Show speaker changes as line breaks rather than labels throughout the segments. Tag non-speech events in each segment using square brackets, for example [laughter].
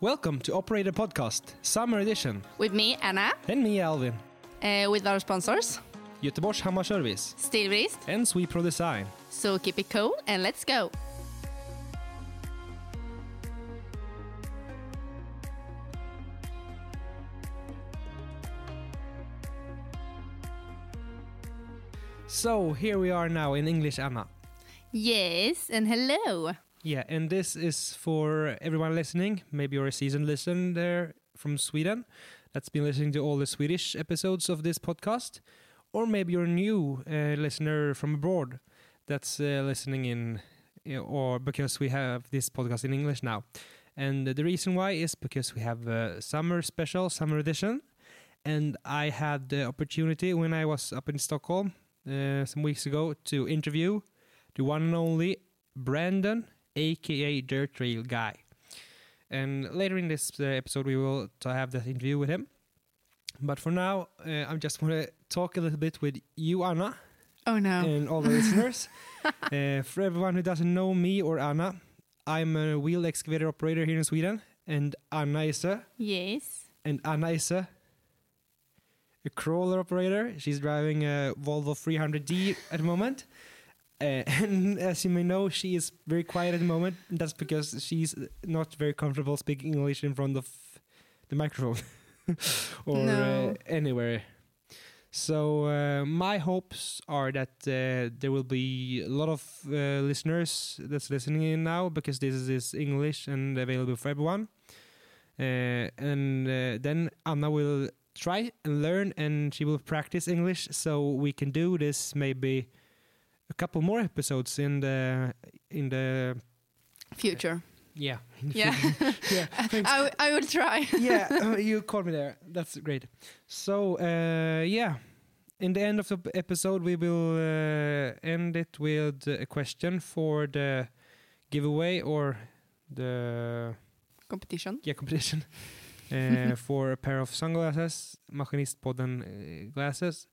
Welcome to Operator Podcast, Summer Edition,
With me, Anna,
and me, Alvin,
uh, with our sponsors,
Göteborgs Hammarservice,
Stilbrist.
and Swepro Design.
So keep it cool and let's go.
So here we are now in English, Anna.
Yes, and hello.
Yeah, and this is for everyone listening. Maybe you're a seasoned listener from Sweden that's been listening to all the Swedish episodes of this podcast, or maybe you're a new uh, listener from abroad that's uh, listening in, you know, or because we have this podcast in English now. And the reason why is because we have a summer special, summer edition. And I had the opportunity when I was up in Stockholm uh, some weeks ago to interview the one and only Brandon aka Dirt Trail Guy. And later in this uh, episode, we will to have that interview with him. But for now, uh, I just want to talk a little bit with you, Anna,
Oh no.
and all the listeners. Uh, for everyone who doesn't know me or Anna, I'm a wheel excavator operator here in Sweden, and Anna is a
Yes.
and Anna is a, a crawler operator. She's driving a Volvo 300D at the moment. Uh, [laughs] and as you may know, she is very quiet at the moment. That's because she's not very comfortable speaking English in front of the microphone [laughs] or uh,
No.
anywhere. So, uh, my hopes are that uh, there will be a lot of uh, listeners that's listening in now because this is English and available for everyone. Uh, and uh, then Anna will try and learn and she will practice English so we can do this maybe a couple more episodes in the in the
Future.
yeah in the
[laughs] Yeah.
future. yeah thanks.
I, w- I will try.
[laughs] yeah uh, you caught me there that's great so uh, yeah in the end of the p- episode we will uh, end it with a question for the giveaway or the
Competition.
yeah, competition [laughs] uh, for a pair of sunglasses, Machinistpodden uh, glasses.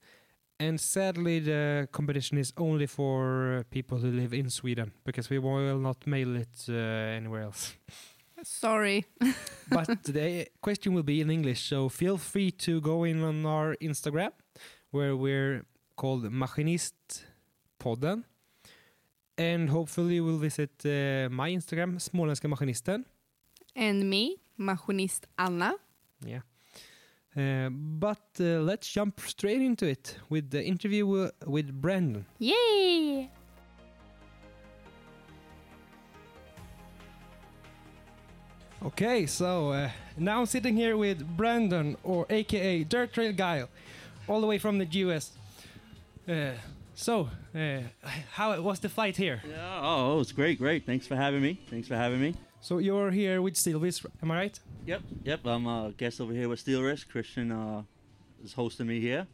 And sadly, the competition is only for uh, people who live in Sweden because we will not mail it uh, anywhere else.
Sorry.
but the question will be in English, so feel free to go in on our Instagram where we're called Machinistpodden. And hopefully, you will visit uh, my Instagram, Småländska Maskinisten.
And me, Machinist Anna.
Yeah. Uh, but uh, let's jump straight into it with the interview wi- with Brandon.
Yay!
Okay, so uh, now I'm sitting here with Brandon, or AKA Dirt Trail Guile, all the way from the US. Uh, so, uh, how was the flight here?
Yeah, oh, oh, it's great, great. Thanks for having me. Thanks for having me.
So you're here with Silvis, am I right?
Yep, yep. I'm a guest over here with Steel Risk. Christian uh, is hosting me here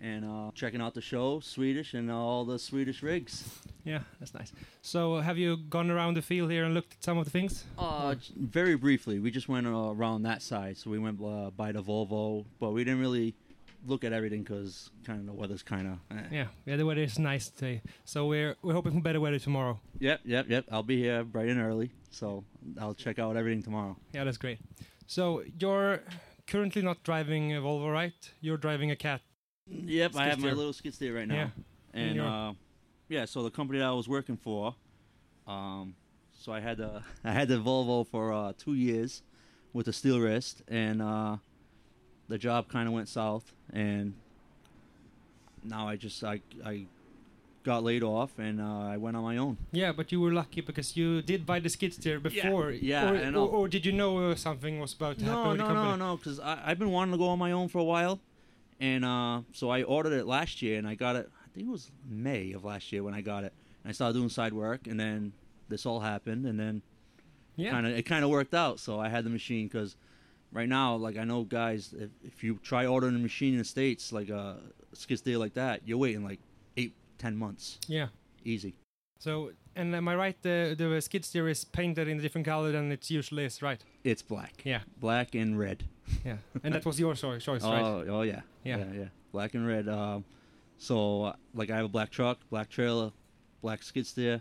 and uh, checking out the show, Swedish, and all the Swedish rigs.
Yeah, that's nice. So have you gone around the field here and looked at some of the things?
Uh, j- very briefly, we just went uh, around that side, so we went uh, by the Volvo, but we didn't really look at everything because kind of the weather's kind of. Eh.
Yeah, yeah, the weather is nice today. So we're we're hoping for better weather tomorrow.
Yep, yep, yep. I'll be here bright and early, so I'll check out everything tomorrow.
Yeah, that's great. So you're currently not driving a Volvo, right? You're driving a cat.
Yep, I
Skid
have my
steer.
little skid steer right now.
Yeah. And
and
you're-
uh, yeah, so the company that I was working for, um, so I had the [laughs] I had the Volvo for uh, two years with a steel wrist, and uh, the job kind of went south, and now I just I I got laid off, and uh, I went on my own.
Yeah, but you were lucky because you did buy the skid steer before.
yeah,
or,
I
or,
know.
or did you know uh, something was about to happen
No,
with the
no,
company?
no, no, because I've been wanting to go on my own for a while, and uh, so I ordered it last year, and I got it. I think it was May of last year when I got it, and I started doing side work, and then this all happened, and then
Yeah,
kind of it kind of worked out. So I had the machine because right now, like I know guys, if, if you try ordering a machine in the states, like a skid steer like that, you're waiting like eight, ten months,
yeah.
easy.
So, and am I right? The the skid steer is painted in a different color than it usually is, right?
It's black,
Yeah,
black and red.
yeah. and that was your choi- choice, right?
Oh, oh yeah.
Yeah.
yeah, Black and red. Um, so uh, like I have a black truck, black trailer, black skid steer.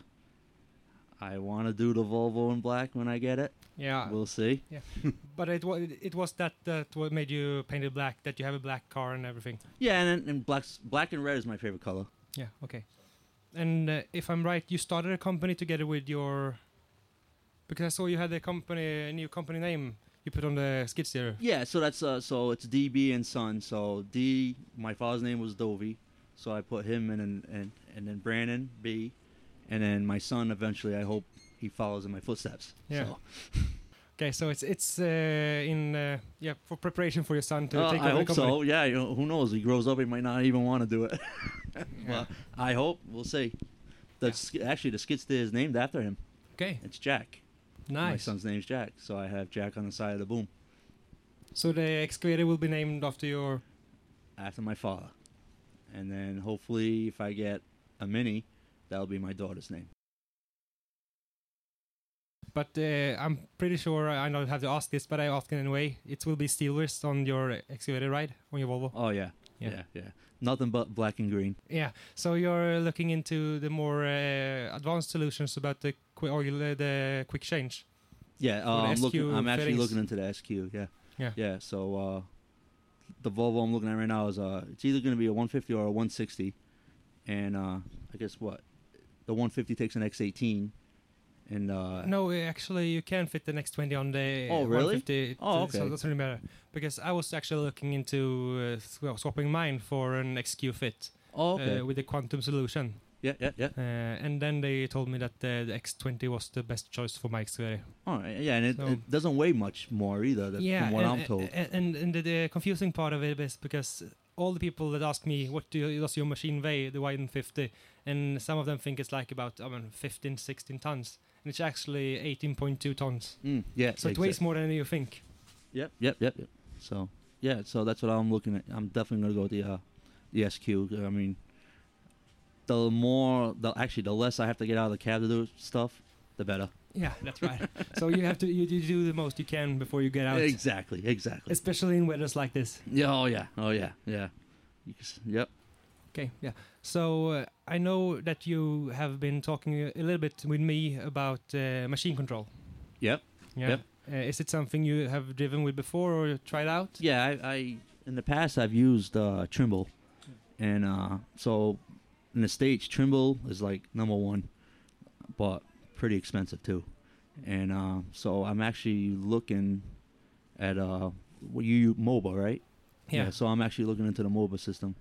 I want to do the Volvo in black when I get it.
Yeah,
we'll see.
but it was it was that that what made you paint it black. That you have a black car and everything.
Yeah, and and black's, black and red is my favorite color.
Yeah. Okay. And uh, if I'm right, you started a company together with your. Because I saw you had a company, a new company name you put on the skid steer.
Yeah, so that's uh, so it's DB and Son. So D, my father's name was Dovey, so I put him in and and and then Brandon B, and then my son eventually. I hope he follows in my footsteps.
Yeah.
So,
Okay, so it's it's uh, in uh, yeah for preparation for your son to
Uh,
take over
I hope
the company.
so. Yeah. You know, who knows? He grows up, he might not even want to do it.
Yeah.
Well, I hope. We'll see. That's actually the skid steer is named after him.
Okay,
It's Jack. My
nice.
son's name's Jack, so I have Jack on the side of the boom
So the excavator will be named after your.
after my father. And then hopefully, if I get a mini, that'll be my daughter's name.
But uh, I'm pretty sure I don't have to ask this, but I ask it anyway. It will be steel wrist on your excavator, right? On your Volvo.
Oh yeah,
Yeah.
yeah, yeah. Nothing but black and green.
Yeah. So you're looking into the more uh, advanced solutions about the qui- oil, uh, the quick change.
Yeah,
the
uh, I'm
SQ
looking. I'm actually
fittings.
looking into the SQ. Yeah,
Yeah.
yeah. So uh, the Volvo I'm looking at right now is uh, it's either going to be a 150 or a 160, and uh, I guess what the 150 takes an X18, and uh,
no, uh, actually, you can fit the next 20 on the
Oh, really?
150.
Oh,
So
okay.
it doesn't really matter. Because I was actually looking into uh, sw- swapping mine for an XQ fit
oh, okay,
uh, with the quantum solution.
yeah, yeah, yeah.
Uh, and then they told me that the, the X20 was the best choice for my excavator.
All right, yeah, and it,
So-
it doesn't weigh much more either, than, from what
and,
I'm told.
And, and, and the, the confusing part of it is because all the people that ask me, what do you, does your machine weigh, the Y150? And some of them think it's like about, I mean, 15, 16 tons. And it's actually 18.2 tons.
Mm, yeah,
So it
exact-
weighs more than you think.
Yep, yep, yep, yep. So yeah, so that's what I'm looking at. I'm definitely gonna go with the uh, the SQ. I mean, the more, the actually, the less I have to get out of the cab to do stuff, the better.
Yeah, that's
[laughs]
right. so you have to you, you do the most you can before you get out,
Exactly, exactly.
especially in weathers like this.
yeah, oh yeah, oh yeah, yeah. You can s- Yep.
Okay, yeah. So uh, I know that you have been talking a a little bit with me about uh, machine control.
Yep.
Yeah.
Yep.
Uh, is it something you have driven with before or tried out?
Yeah, I, I in the past I've used uh, Trimble, and uh, so in the states Trimble is like number one, but pretty expensive too, and uh, so I'm actually looking at uh, what you use MOBA right? So I'm actually looking into the MOBA system.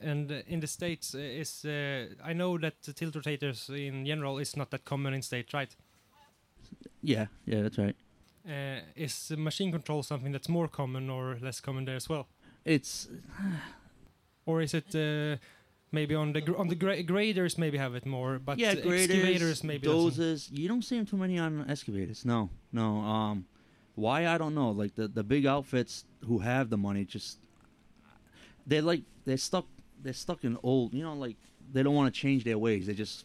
And uh, in the states, uh, is uh, I know that the tilt rotators in general is not that common in states, right?
Yeah, yeah, that's right.
Uh, is uh, machine control something that's more common or less common there as well,
It's
or is it? Uh, Maybe on the gr- on the gra- graders maybe have it more, but
yeah,
uh, excavators
graders,
maybe doesn't.
dozers. You don't see them too many on excavators. No, no. Um, why I don't know. Like the the big outfits who have the money just they like they're stuck they're stuck in old. You know, like they don't want to change their ways. They just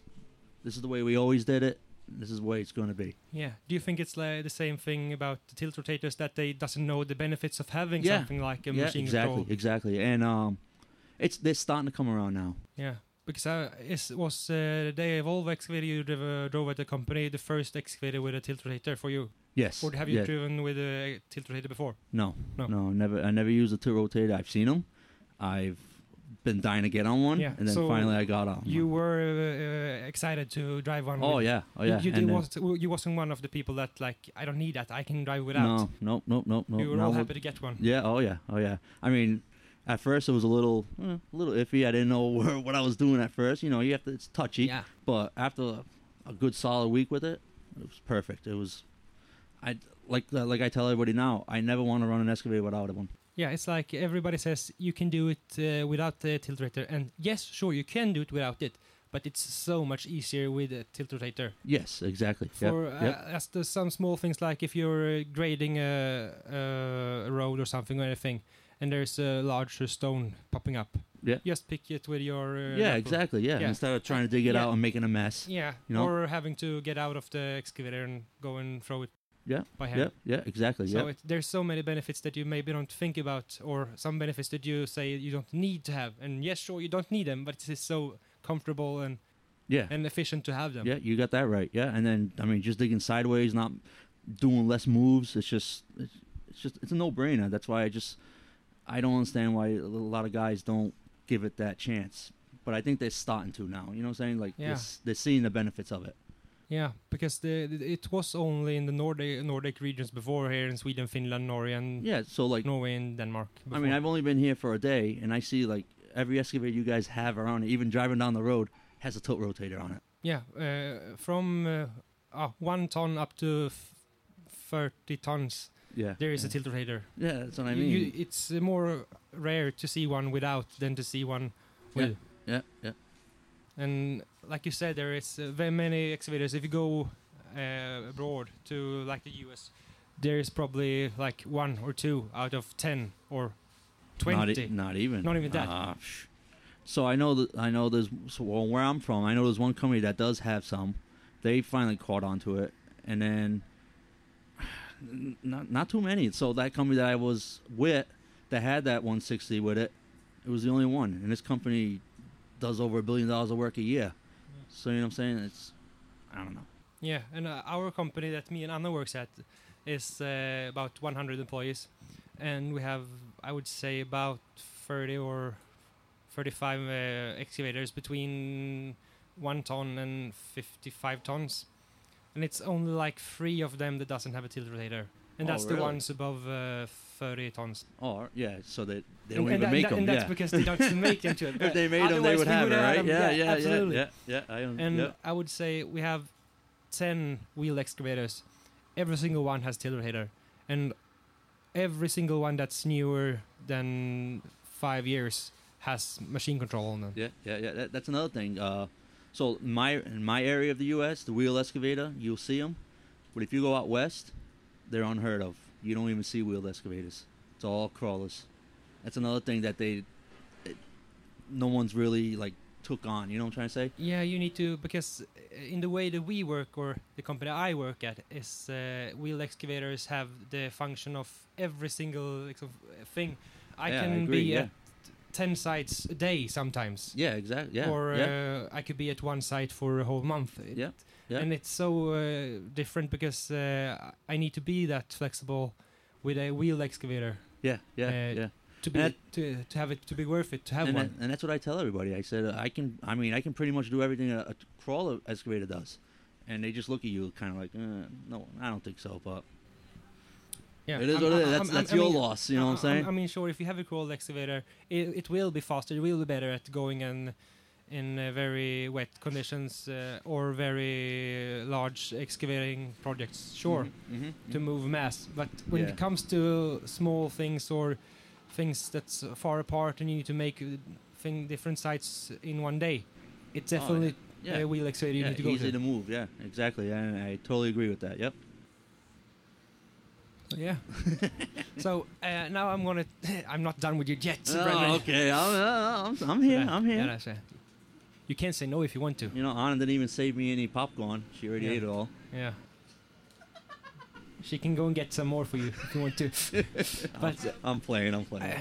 this is the way we always did it. This is the way it's going to be.
Yeah. Do you think it's like the same thing about the tilt rotators that they doesn't know the benefits of having
Yeah.
something like a
yeah,
machine
exactly,
control?
exactly. And um, it's they're starting to come around now.
Yeah. Because I is, was uh, the day Volvo excavator you drove, uh, drove at the company the first excavator with a tilt rotator for you,
Yes.
or have you
yeah.
driven with a tilt rotator before?
No,
No.
no, never. I never used a two rotator. I've seen them. I've been dying to get on one,
Yeah,
and then
so
finally I got on.
You
one.
were uh, uh, excited to drive one.
Um, Oh
with-
yeah, oh
You-
yeah.
You, did
and then-
was, you wasn't one of the people that like I don't need that. I can drive without.
No, no, no, no, no.
you were
no,
all
no.
happy to get one.
Yeah. Oh yeah. Oh yeah. I mean, at first it was a little, eh, a little iffy. I didn't know [laughs] where, what I was doing at first. You know, you have to. It's touchy. But after a, a good solid week with it, it was perfect. It was, I like uh, like I tell everybody now. I never want to run an excavator without one.
Yeah, it's like everybody says you can do it uh, without the tilt rotator, and yes, sure you can do it without it, but it's so much easier with a tilt rotator.
Yes, exactly. Yep,
For
yep.
uh, as the, some small things like if you're uh, grading a, a road or something or anything, and there's a larger stone popping up.
Yeah.
Just pick it with your. Uh,
yeah,
knuckle.
exactly. Yeah.
Yeah.
instead of trying to dig it
Yeah.
out and making a mess.
Yeah,
You know?
or having to get out of the excavator and go and throw it.
Yeah,
By hand.
Yeah, yeah, exactly.
So
yeah,
it, there's so many benefits that you maybe don't think about, or some benefits that you say you don't need to have. And yes, sure, you don't need them, but it's so comfortable and
Yeah.
and efficient to have them.
Yeah, you got that right. Yeah, and then I mean, just digging sideways, not doing less moves. It's just, it's, it's just, it's a no-brainer. That's why I just, I don't understand why a lot of guys don't give it that chance. But I think they're starting to now. You know what I'm saying? Like,
Yeah.
they're, s- they're seeing the benefits of it.
Yeah, because the it was only in the Nordic Nordic regions before here in Sweden, Finland, Norway, and
Yeah. So like,
Norway and Denmark.
I
before.
mean, I've only been here for a day, and I see like every excavator you guys have around, even driving down the road, has a tilt rotator on it.
yeah, uh, from uh, ah, one ton up to f- thirty tons,
Yeah.
there is a tilt rotator.
Yeah, that's what
You-
I mean.
you- it's uh, more rare to see one without than to see one with.
yeah. Yeah.
And like you said, there is uh, very many excavators. If you go uh, abroad to like the US, there is probably like one or two out of ten or
Not, e-
twenty.
not even.
Not even that.
Ah, psh. so I know that I know there's so well, where I'm from. I know there's one company that does have some. They finally caught on to it, and then [sighs] n- not not too many. So that company that I was with that had that 160 with it, it was the only one. And this company does over a billion dollars of work a year. So you know what I'm saying? It's I don't know.
Yeah, and uh, our company that me and Anna works at is uh, about 100 employees, and we have, I would say, about 30 or 35 uh, excavators between one ton and 55 tons, and it's only like three of them that doesn't have a tilt rotator, and
Oh,
that's the
really?
ones above uh, 30 tons.
Or yeah, so they they
and,
don't even
and that- and
make
that-
them.
and that's
yeah.
because they
[laughs]
don't make them to it.
if
but
they made them, they
otherwise
would
we
have it,
would've had
right?
them.
Yeah, yeah, yeah,
absolutely.
yeah, yeah. I don't.
And
yep.
I would say we have 10 wheel excavators. Every single one has tiller header. And every single one that's newer than five years has machine control on them.
Yeah, yeah, yeah. That, that's another thing. Uh, so in my in my area of the U.S., the wheel excavator, you'll see them, but if you go out west, they're unheard of. You don't even see wheel excavators. It's all crawlers. That's another thing that they, it, no one's really like took on. You know what I'm trying to say?
Yeah, you need to, because uh, in the way that we work, or the company I work at, is uh, wheel excavators have the function of every single like, of, uh, thing. I
Yeah, I
can
agree,
be
yeah.
at 10 sites a day sometimes.
Yeah, exactly. Yeah,
or
yeah,
uh, I could be at one site for a whole month. It-
Yeah, yeah.
And it's so uh, different because uh, I need to be that flexible with a wheel excavator
yeah, yeah,
uh,
yeah.
to be
And
to, to have it to be worth it to have
and,
one.
that- and that's what I tell everybody. I said uh, I can. I mean, I can pretty much do everything a, a crawler excavator does, and they just look at you kind of like, eh, no, I don't think so, but.
yeah,
It is
I'm-
what it is.
I'm-
That's,
I'm-
that's
I
your
mean,
loss. You know what I'm saying?
I mean, sure. If you have a crawl excavator, it, it will be faster. It will be better at going and in uh, very wet conditions uh, or very large excavating projects. Sure.
Mhm,
to
mhm.
move mass. But when
Yeah.
it comes to small things or things that's uh, far apart and you need to make uh, thing different sites in one day, it's
Oh,
definitely
yeah.
a wheel accelerator you
Yeah,
need to go
easy
to.
to move. Yeah, exactly. And I totally agree with that. Yep.
yeah.
[laughs]
so uh, now I'm gonna. [laughs] I'm not done with you yet, Brendan.
Oh, okay. I'm, uh, I'm, I'm here.
Yeah,
I'm here.
yeah, that's it. you can say no if you want to.
You know, Anna didn't even save me any popcorn. She already
Yeah.
ate it all.
Yeah. She can go and get some more for you if you
[laughs]
want to. But
I'm playing. I'm playing.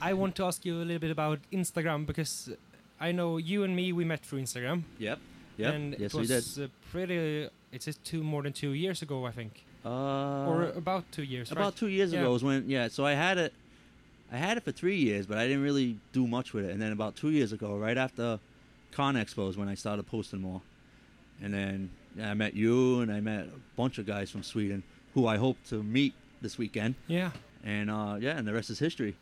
I, [laughs] I want to ask you a little bit about Instagram because I know you and me we met through Instagram.
yep. Yep.
And it
yes, we
was
did.
uh, pretty. It's just two more than two years ago, I think,
Uh,
or about two years.
about
right?
two years
Yeah.
ago was when. Yeah. So I had it. I had it for three years, but I didn't really do much with it. And then about two years ago, right after Con Expo, is when I started posting more. And then yeah, I met you, and I met a bunch of guys from Sweden who I hope to meet this weekend.
Yeah,
And uh, yeah, and the rest is history.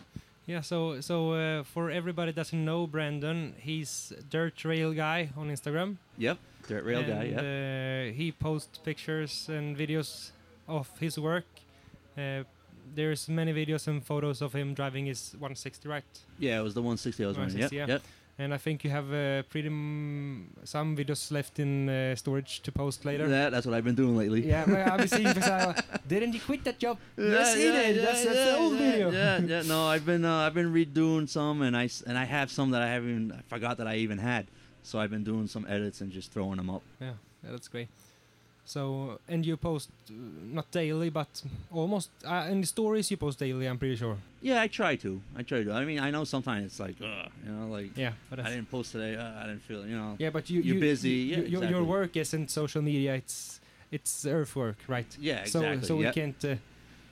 yeah. So, so uh, for everybody that doesn't know Brandon, he's dirt trail guy on Instagram.
Yep, dirt rail guy.
And,
Yep.
Uh, he posts pictures and videos of his work. Uh, there's many videos and photos of him driving his 160 right
yeah, it was the 160 I was running. Yep,
160, uh, yeah.
yep.
and i think you have uh, pretty m- some videos left in uh, storage to post later
That, that's what I've been doing lately.
Yeah, well, I'm seeing because I didn't you quit that job? yes, he
[laughs] yeah,
did. that's
yeah,
that's the old
yeah,
video. [laughs]
Yeah, yeah. No, I've been uh, I've been redoing some, and I s- and I have some that I haven't even, I forgot that I even had. So I've been doing some edits and just throwing them up.
Yeah, yeah, that's great. So and you post uh, not daily, but almost uh, in the stories you post daily. I'm pretty sure.
Yeah, I try to. I try to. I mean, I know sometimes it's like, ugh, you know, like
Yeah, but
I
that's-
didn't post today. Uh, I didn't feel, you know.
yeah, but you
You're
you-
busy,
you-
yeah,
your- Your
exactly.
work isn't social media. It's it's earth work, right?
Yeah, exactly.
So so
yep.
we can't. Uh,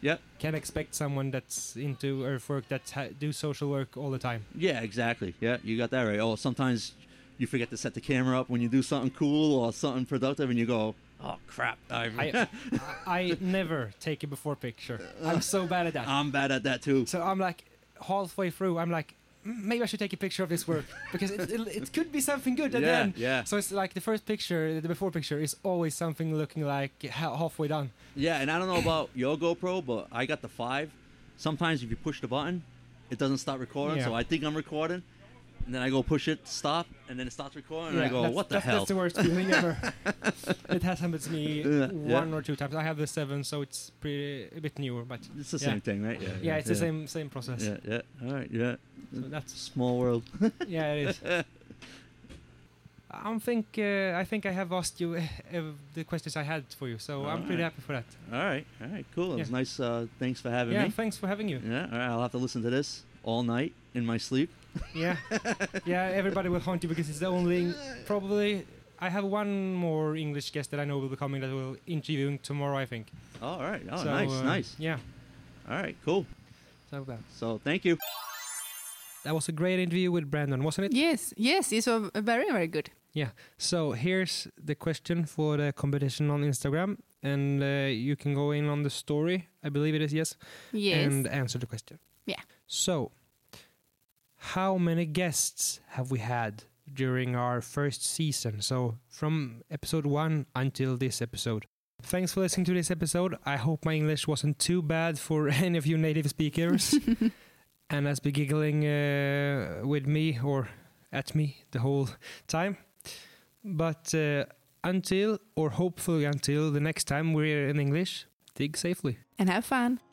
Yep.
Can't expect someone that's into earth work that ha- do social work all the time.
Yeah, exactly. Yeah, you got that right. Oh, sometimes you forget to set the camera up when you do something cool or something productive, and you go, "Oh crap, I'm,
I, I I never take a before picture. I'm so bad at that.
[laughs] I'm bad at that too."
So I'm like halfway through. I'm like, "Mm, maybe I should take a picture of this work because it, it, it could be something good.
yeah,
And then,
yeah,
so it's like the first picture, the before picture is always something looking like ha- halfway done.
yeah. And I don't know about [coughs] your GoPro, but I got the five. Sometimes if you push the button, it doesn't stop recording.
Yeah.
So I think I'm recording, and then I go push it, stop, and then it stops recording, and I
Yeah,
go,
that's-
"What the
that's,
hell?"
That's the worst
[laughs]
feeling ever. it has happened to me
Yeah, yeah.
one or two times. I have the seven, so it's pretty a bit newer, but
it's the
yeah.
same thing, right? Yeah,
yeah, it's the same same process.
Yeah, yeah. All right, yeah.
So that's
Small
[laughs]
world.
yeah, it
[laughs]
is. I don't think uh, I think I have asked you uh, uh, the questions I had for you, so I'm pretty
Alright.
happy for that.
All right, all right, cool. It was
Yeah.
nice. Uh, thanks for having
yeah,
me.
thanks for having
[laughs]
you.
Yeah, all right, I'll have to listen to this all night in my sleep.
Yeah, yeah, everybody will haunt you because it's the
[laughs]
only probably. I have one more English guest that I know will be coming that will interviewing tomorrow, I think.
Oh, all right. Oh,
So,
nice,
uh,
nice.
Yeah,
All right, cool.
so that.
So, thank you.
That was a great interview with Brandon, wasn't it?
Yes, yes, it's a very, very good.
So here's the question for the competition on Instagram, and uh, you can go in on the story. I believe it is yes.
Yes.
and answer the question.
Yeah.
So, how many guests have we had during our first season? So, from episode one until this episode. Thanks for listening to this episode. I hope my English wasn't too bad for [laughs] any of you native
[laughs]
speakers. and has been giggling uh, with me or at me the whole time. But uh, until, or hopefully until the next time we're in English, dig safely.
and have fun.